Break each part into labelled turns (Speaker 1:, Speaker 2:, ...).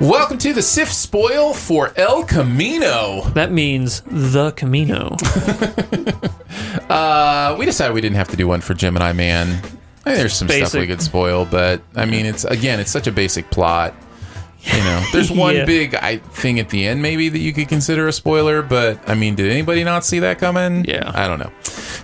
Speaker 1: Welcome to the SIF spoil for El Camino.
Speaker 2: That means the Camino.
Speaker 1: Uh, we decided we didn't have to do one for Gemini Man. I mean, there's some stuff
Speaker 2: Basic.
Speaker 1: we could spoil, but I mean, it's again, it's such a basic plot. You know, there's one
Speaker 2: Yeah.
Speaker 1: big I, thing at the end maybe that you could consider a spoiler, but I mean, did anybody not see that coming?
Speaker 2: Yeah.
Speaker 1: I don't know.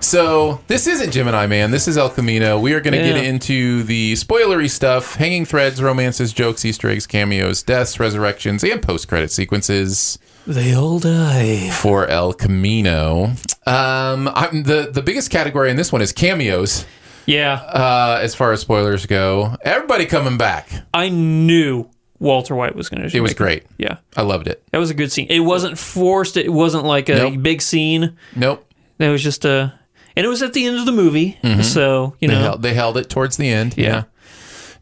Speaker 1: So this isn't Gemini Man. This is El Camino. We are going to get
Speaker 2: Yeah.
Speaker 1: into the spoilery stuff: hanging threads, romances, jokes, Easter eggs, cameos, deaths, resurrections, and post-credit sequences
Speaker 2: they all die.
Speaker 1: for El Camino. Um, I'm, the the biggest category in this one is cameos.
Speaker 2: Yeah.
Speaker 1: Uh, as far as spoilers go, everybody coming back.
Speaker 2: I knew Walter White was going to
Speaker 1: It was great.
Speaker 2: Yeah.
Speaker 1: I loved it.
Speaker 2: That was a good scene. It wasn't forced. It wasn't like a
Speaker 1: Nope.
Speaker 2: big scene.
Speaker 1: Nope.
Speaker 2: It was just a. And it was at the end of the movie. So,
Speaker 1: Mm-hmm. They,
Speaker 2: you know.
Speaker 1: held, they held it towards the end. Yeah.
Speaker 2: Yeah.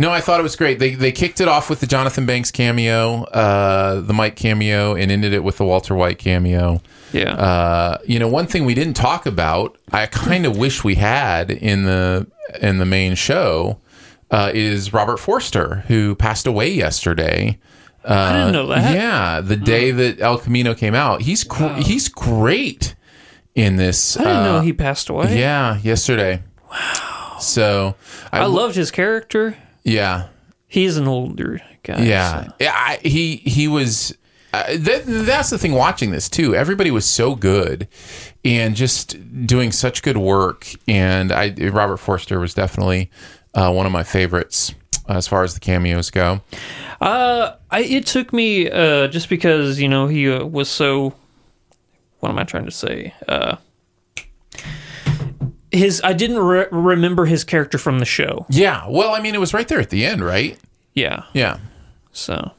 Speaker 1: No, I thought it was great. They, they kicked it off with the Jonathan Banks cameo, uh, the Mike cameo, and ended it with the Walter White cameo.
Speaker 2: Yeah.
Speaker 1: Uh, you know, one thing we didn't talk about, I kind of wish we had in the in the main show, uh, is Robert Forster, who passed away yesterday. Uh,
Speaker 2: I didn't know that.
Speaker 1: Yeah, the day that El Camino came out, he's gr- he's great in this.
Speaker 2: I didn't
Speaker 1: uh,
Speaker 2: know he passed away.
Speaker 1: Yeah, yesterday. Wow. So I,
Speaker 2: I
Speaker 1: love.
Speaker 2: loved his character.
Speaker 1: Yeah,
Speaker 2: He's an older guy.
Speaker 1: yeah,
Speaker 2: so-
Speaker 1: yeah. I, he he was. Uh, that, that's the thing. Watching this too, everybody was so good, and just doing such good work. And I, Robert Forster was definitely uh, one of my favorites uh, as far as the cameos go.
Speaker 2: Uh, I, it took me uh, just because you know he uh, was so. What am I trying to say? Uh, his I didn't re- remember his character from the show.
Speaker 1: Yeah. Well, I mean, it was right there at the end, right?
Speaker 2: Yeah.
Speaker 1: Yeah.
Speaker 2: So.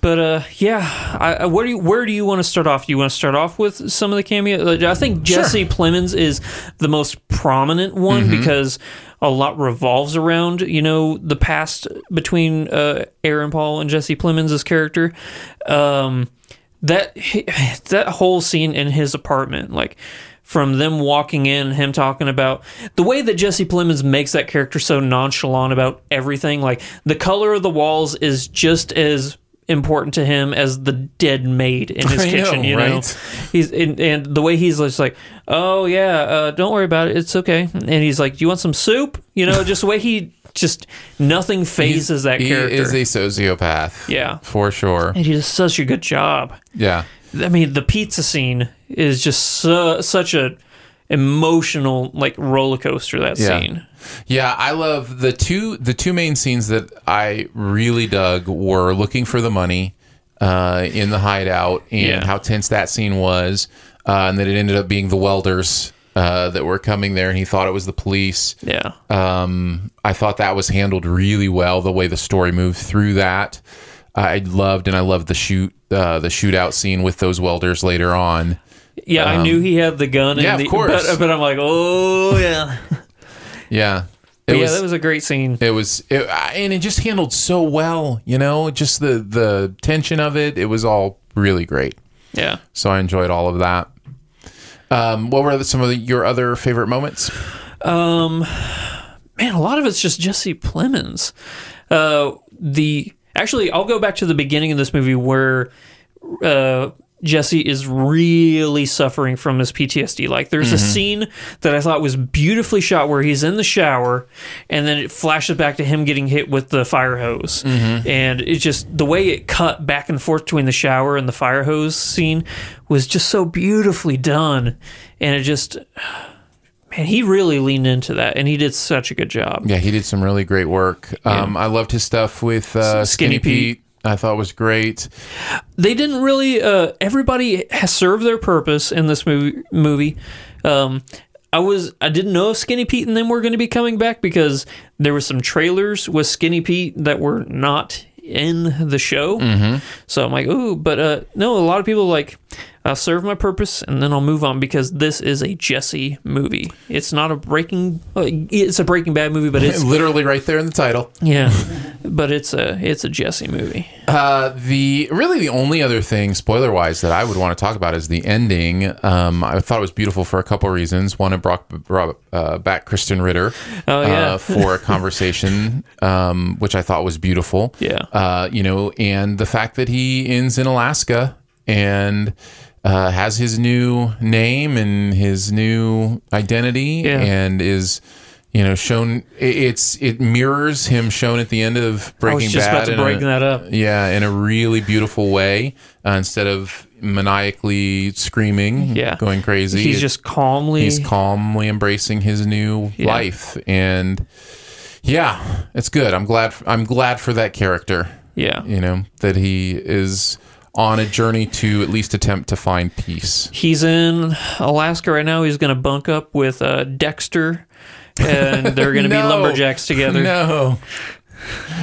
Speaker 2: But uh, yeah, I, I, where do you, where do you want to start off? Do you want to start off with some of the cameo? Like, I think Jesse Plemons is the most prominent one
Speaker 1: Mm-hmm.
Speaker 2: because a lot revolves around you know the past between uh, Aaron Paul and Jesse Plemons' character. Um, that that whole scene in his apartment, like from them walking in, him talking about the way that Jesse Plemons makes that character so nonchalant about everything, like the color of the walls is just as important to him as the dead maid in his
Speaker 1: I
Speaker 2: kitchen.
Speaker 1: know,
Speaker 2: you know,
Speaker 1: right?
Speaker 2: he's and, and the way he's just like, oh yeah, uh, don't worry about it, it's okay. And he's like, do you want some soup? You know, just the way he just nothing phases that
Speaker 1: he
Speaker 2: character.
Speaker 1: is a sociopath.
Speaker 2: Yeah.
Speaker 1: for sure.
Speaker 2: and he does such a good job.
Speaker 1: Yeah.
Speaker 2: I mean, the pizza scene is just su- such a emotional like roller coaster. That
Speaker 1: Yeah.
Speaker 2: scene,
Speaker 1: Yeah, I love the two the two main scenes that I really dug were looking for the money uh, in the hideout and
Speaker 2: Yeah.
Speaker 1: how tense that scene was, uh, and that it ended up being the welders uh, that were coming there, and he thought it was the police.
Speaker 2: yeah,
Speaker 1: Um, I thought that was handled really well the way the story moved through that. I loved and I loved the shoot uh, the shootout scene with those welders later on.
Speaker 2: yeah. I knew he had the gun.
Speaker 1: Um, yeah,
Speaker 2: and
Speaker 1: of
Speaker 2: the,
Speaker 1: course.
Speaker 2: But, but I'm like, oh yeah,
Speaker 1: Yeah, it
Speaker 2: But yeah. That was a great scene.
Speaker 1: It was, it, I- and it just handled so well, you know, just the the tension of it. It was all really great.
Speaker 2: Yeah.
Speaker 1: So I enjoyed all of that. Um, what were some of the, your other favorite moments?
Speaker 2: man, a lot of it's just Jesse Plemons. Uh, the actually, I'll go back to the beginning of this movie where uh, Jesse is really suffering from his PTSD. Like, there's a scene that I thought was beautifully shot where he's in the shower, and then it flashes back to him getting hit with the fire hose, and it just the way it cut back and forth between the shower and the fire hose scene was just so beautifully done, and it just. Man, he really leaned into that, and he did such a good job.
Speaker 1: Yeah, he did some really great work. Um, I loved his stuff with uh, Skinny,
Speaker 2: Skinny
Speaker 1: Pete.
Speaker 2: Pete.
Speaker 1: I thought was great.
Speaker 2: they didn't really uh, everybody has served their purpose in this movie movie um, i was i didn't know if skinny pete and them were going to be coming back because there were some trailers with skinny pete that were
Speaker 1: Mm-hmm.
Speaker 2: not in the show so i'm like ooh but uh, no a lot of people like I'll serve my purpose and then I'll move on because this is a Jesse movie. It's not a Breaking. uh, It's a Breaking Bad movie, but it's
Speaker 1: Literally right there in the title.
Speaker 2: yeah, but it's a it's a Jesse movie.
Speaker 1: Uh, the really the only other thing spoiler wise that I would want to talk about is the ending. Um, I thought it was beautiful for a couple reasons. One, it brought, brought uh, back Kristen Ritter
Speaker 2: Oh, yeah.
Speaker 1: uh, for a conversation, um, which I thought was beautiful.
Speaker 2: Yeah.
Speaker 1: uh, you know, and the fact that he ends in Alaska and. Uh, has his new name and his new identity,
Speaker 2: Yeah.
Speaker 1: and is you know shown. It, it's it mirrors him shown at the end of Breaking
Speaker 2: I was just
Speaker 1: Bad.
Speaker 2: about to
Speaker 1: in a-
Speaker 2: break that up.
Speaker 1: yeah, in a really beautiful way. Uh, instead of maniacally screaming,
Speaker 2: Mm-hmm. Yeah.
Speaker 1: going crazy,
Speaker 2: He's just calmly.
Speaker 1: he's calmly embracing his new
Speaker 2: Yeah.
Speaker 1: life, and yeah, it's good. I'm glad. I'm glad for that character.
Speaker 2: yeah.
Speaker 1: You know that he is on a journey to at least attempt to find peace.
Speaker 2: He's in Alaska right now. He's going to bunk up with uh, Dexter, and they're going to
Speaker 1: No.
Speaker 2: be lumberjacks together.
Speaker 1: No,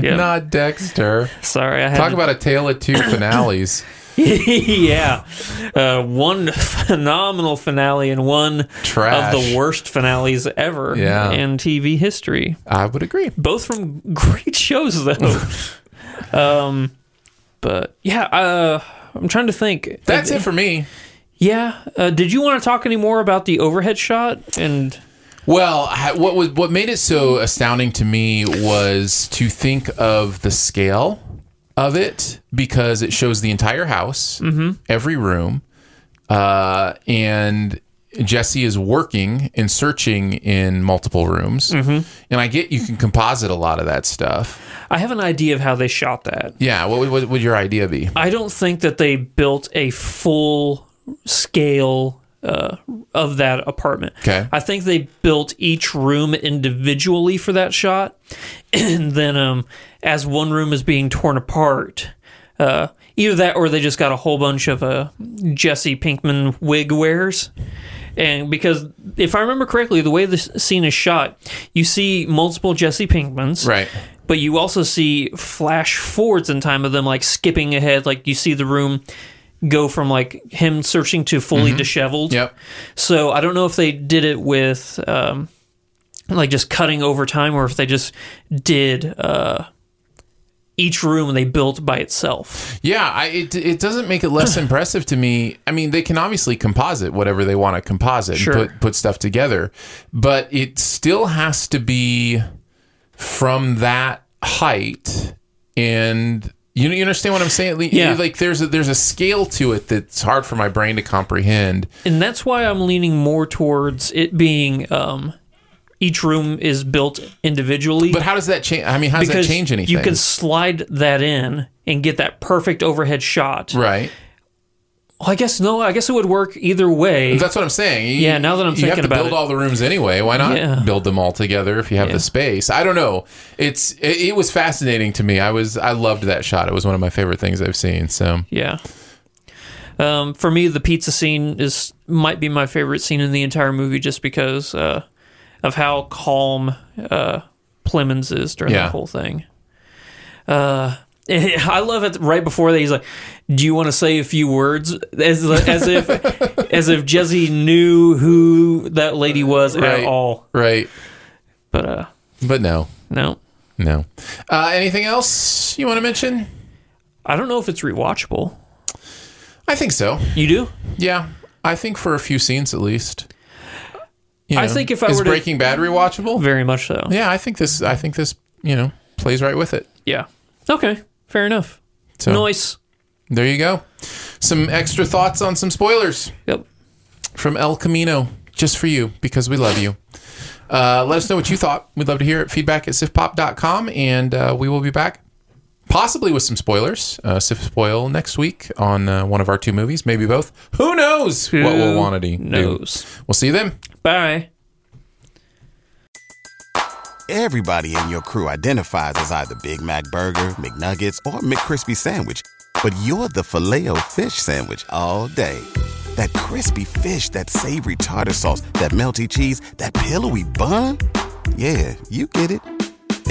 Speaker 2: yeah.
Speaker 1: not Dexter.
Speaker 2: Sorry, I had
Speaker 1: Talk
Speaker 2: to-
Speaker 1: about a tale of two finales.
Speaker 2: yeah, uh, one phenomenal finale and one
Speaker 1: Trash.
Speaker 2: of the worst finales ever
Speaker 1: Yeah.
Speaker 2: in TV history.
Speaker 1: I would agree.
Speaker 2: Both from great shows, though. um, but yeah, uh, I'm trying to think. Uh,
Speaker 1: That's it for me.
Speaker 2: Yeah. Uh, did you want to talk any more about the overhead shot and?
Speaker 1: Well, I- what was what made it so astounding to me was to think of the scale of it because it shows the entire house, every room, uh, and Jesse is working and searching in multiple rooms. And I get you can composite a lot of that stuff.
Speaker 2: I have an idea of how they shot that.
Speaker 1: Yeah, what would, what would your idea be?
Speaker 2: I don't think that they built a full scale uh, of that apartment.
Speaker 1: Okay.
Speaker 2: I think they built each room individually for that shot, and then um, as one room is being torn apart, uh, either that or they just got a whole bunch of uh, Jesse Pinkman wig wears. And because if I remember correctly, the way this scene is shot, you see multiple Jesse Pinkmans,
Speaker 1: Right.
Speaker 2: but you also see flash forwards in time of them like skipping ahead like you see the room go from like him searching to fully disheveled
Speaker 1: Mm-hmm. Yep.
Speaker 2: so i don't know if they did it with um like just cutting over time or if they just did uh each room they built by itself
Speaker 1: Yeah, I, it it doesn't make it less impressive to me. I mean, they can obviously composite whatever they want to composite
Speaker 2: Sure.
Speaker 1: and put put stuff together, but it still has to be from that height and you you understand what I'm saying? Like,
Speaker 2: Yeah.
Speaker 1: Like there's a there's a scale to it that's hard for my brain to comprehend.
Speaker 2: and that's why i'm leaning more towards it being um each room is built individually
Speaker 1: But how does that change? I mean, how does that change anything?
Speaker 2: you can slide that in and get that perfect overhead shot
Speaker 1: right.
Speaker 2: Well, I guess no. I guess it would work either way.
Speaker 1: That's what I'm saying. You-
Speaker 2: Yeah, now that I'm
Speaker 1: you have
Speaker 2: thinking
Speaker 1: to
Speaker 2: about
Speaker 1: build
Speaker 2: it.
Speaker 1: all the rooms anyway. Why not
Speaker 2: Yeah.
Speaker 1: build them all together if you have the space? I don't know. It's it, it was fascinating to me. I was I loved that shot. It was one of my favorite things I've seen. So
Speaker 2: Yeah. Um, for me, the pizza scene is might be my favorite scene in the entire movie, just because uh, of how calm uh, Plemons is during
Speaker 1: Yeah.
Speaker 2: the whole thing. Uh, I love it. Right before that, he's like, "Do you want to say a few words?" As as if as if Jesse knew who that lady was
Speaker 1: Right.
Speaker 2: at all.
Speaker 1: right,
Speaker 2: But uh,
Speaker 1: but no,
Speaker 2: no,
Speaker 1: no. Uh, anything else you want to mention?
Speaker 2: I don't know if it's rewatchable.
Speaker 1: I think so.
Speaker 2: You do?
Speaker 1: Yeah, I think for a few scenes at least. You
Speaker 2: I think if I
Speaker 1: is
Speaker 2: were to-
Speaker 1: Breaking Bad rewatchable,
Speaker 2: Very much so.
Speaker 1: yeah, I think this. I think this. You know, plays right with it.
Speaker 2: Yeah. Okay. Fair enough.
Speaker 1: So
Speaker 2: Noise.
Speaker 1: there you go. Some extra thoughts on some spoilers.
Speaker 2: Yep.
Speaker 1: from El Camino, just for you, because we love you. Uh, let us know what you thought. We'd love to hear it. Feedback at sifpop.com, and uh, we will be back possibly with some spoilers. Uh, Sif Spoil next week on uh, one of our two movies, maybe both. Who knows what we'll
Speaker 2: Who
Speaker 1: want to do.
Speaker 2: knows?
Speaker 1: We'll see you then.
Speaker 2: Bye.
Speaker 3: Everybody in your crew identifies as either Big Mac Burger, McNuggets, or McCrispy Sandwich. But you're the filet fish Sandwich all day. That crispy fish, that savory tartar sauce, that melty cheese, that pillowy bun. Yeah, you get it.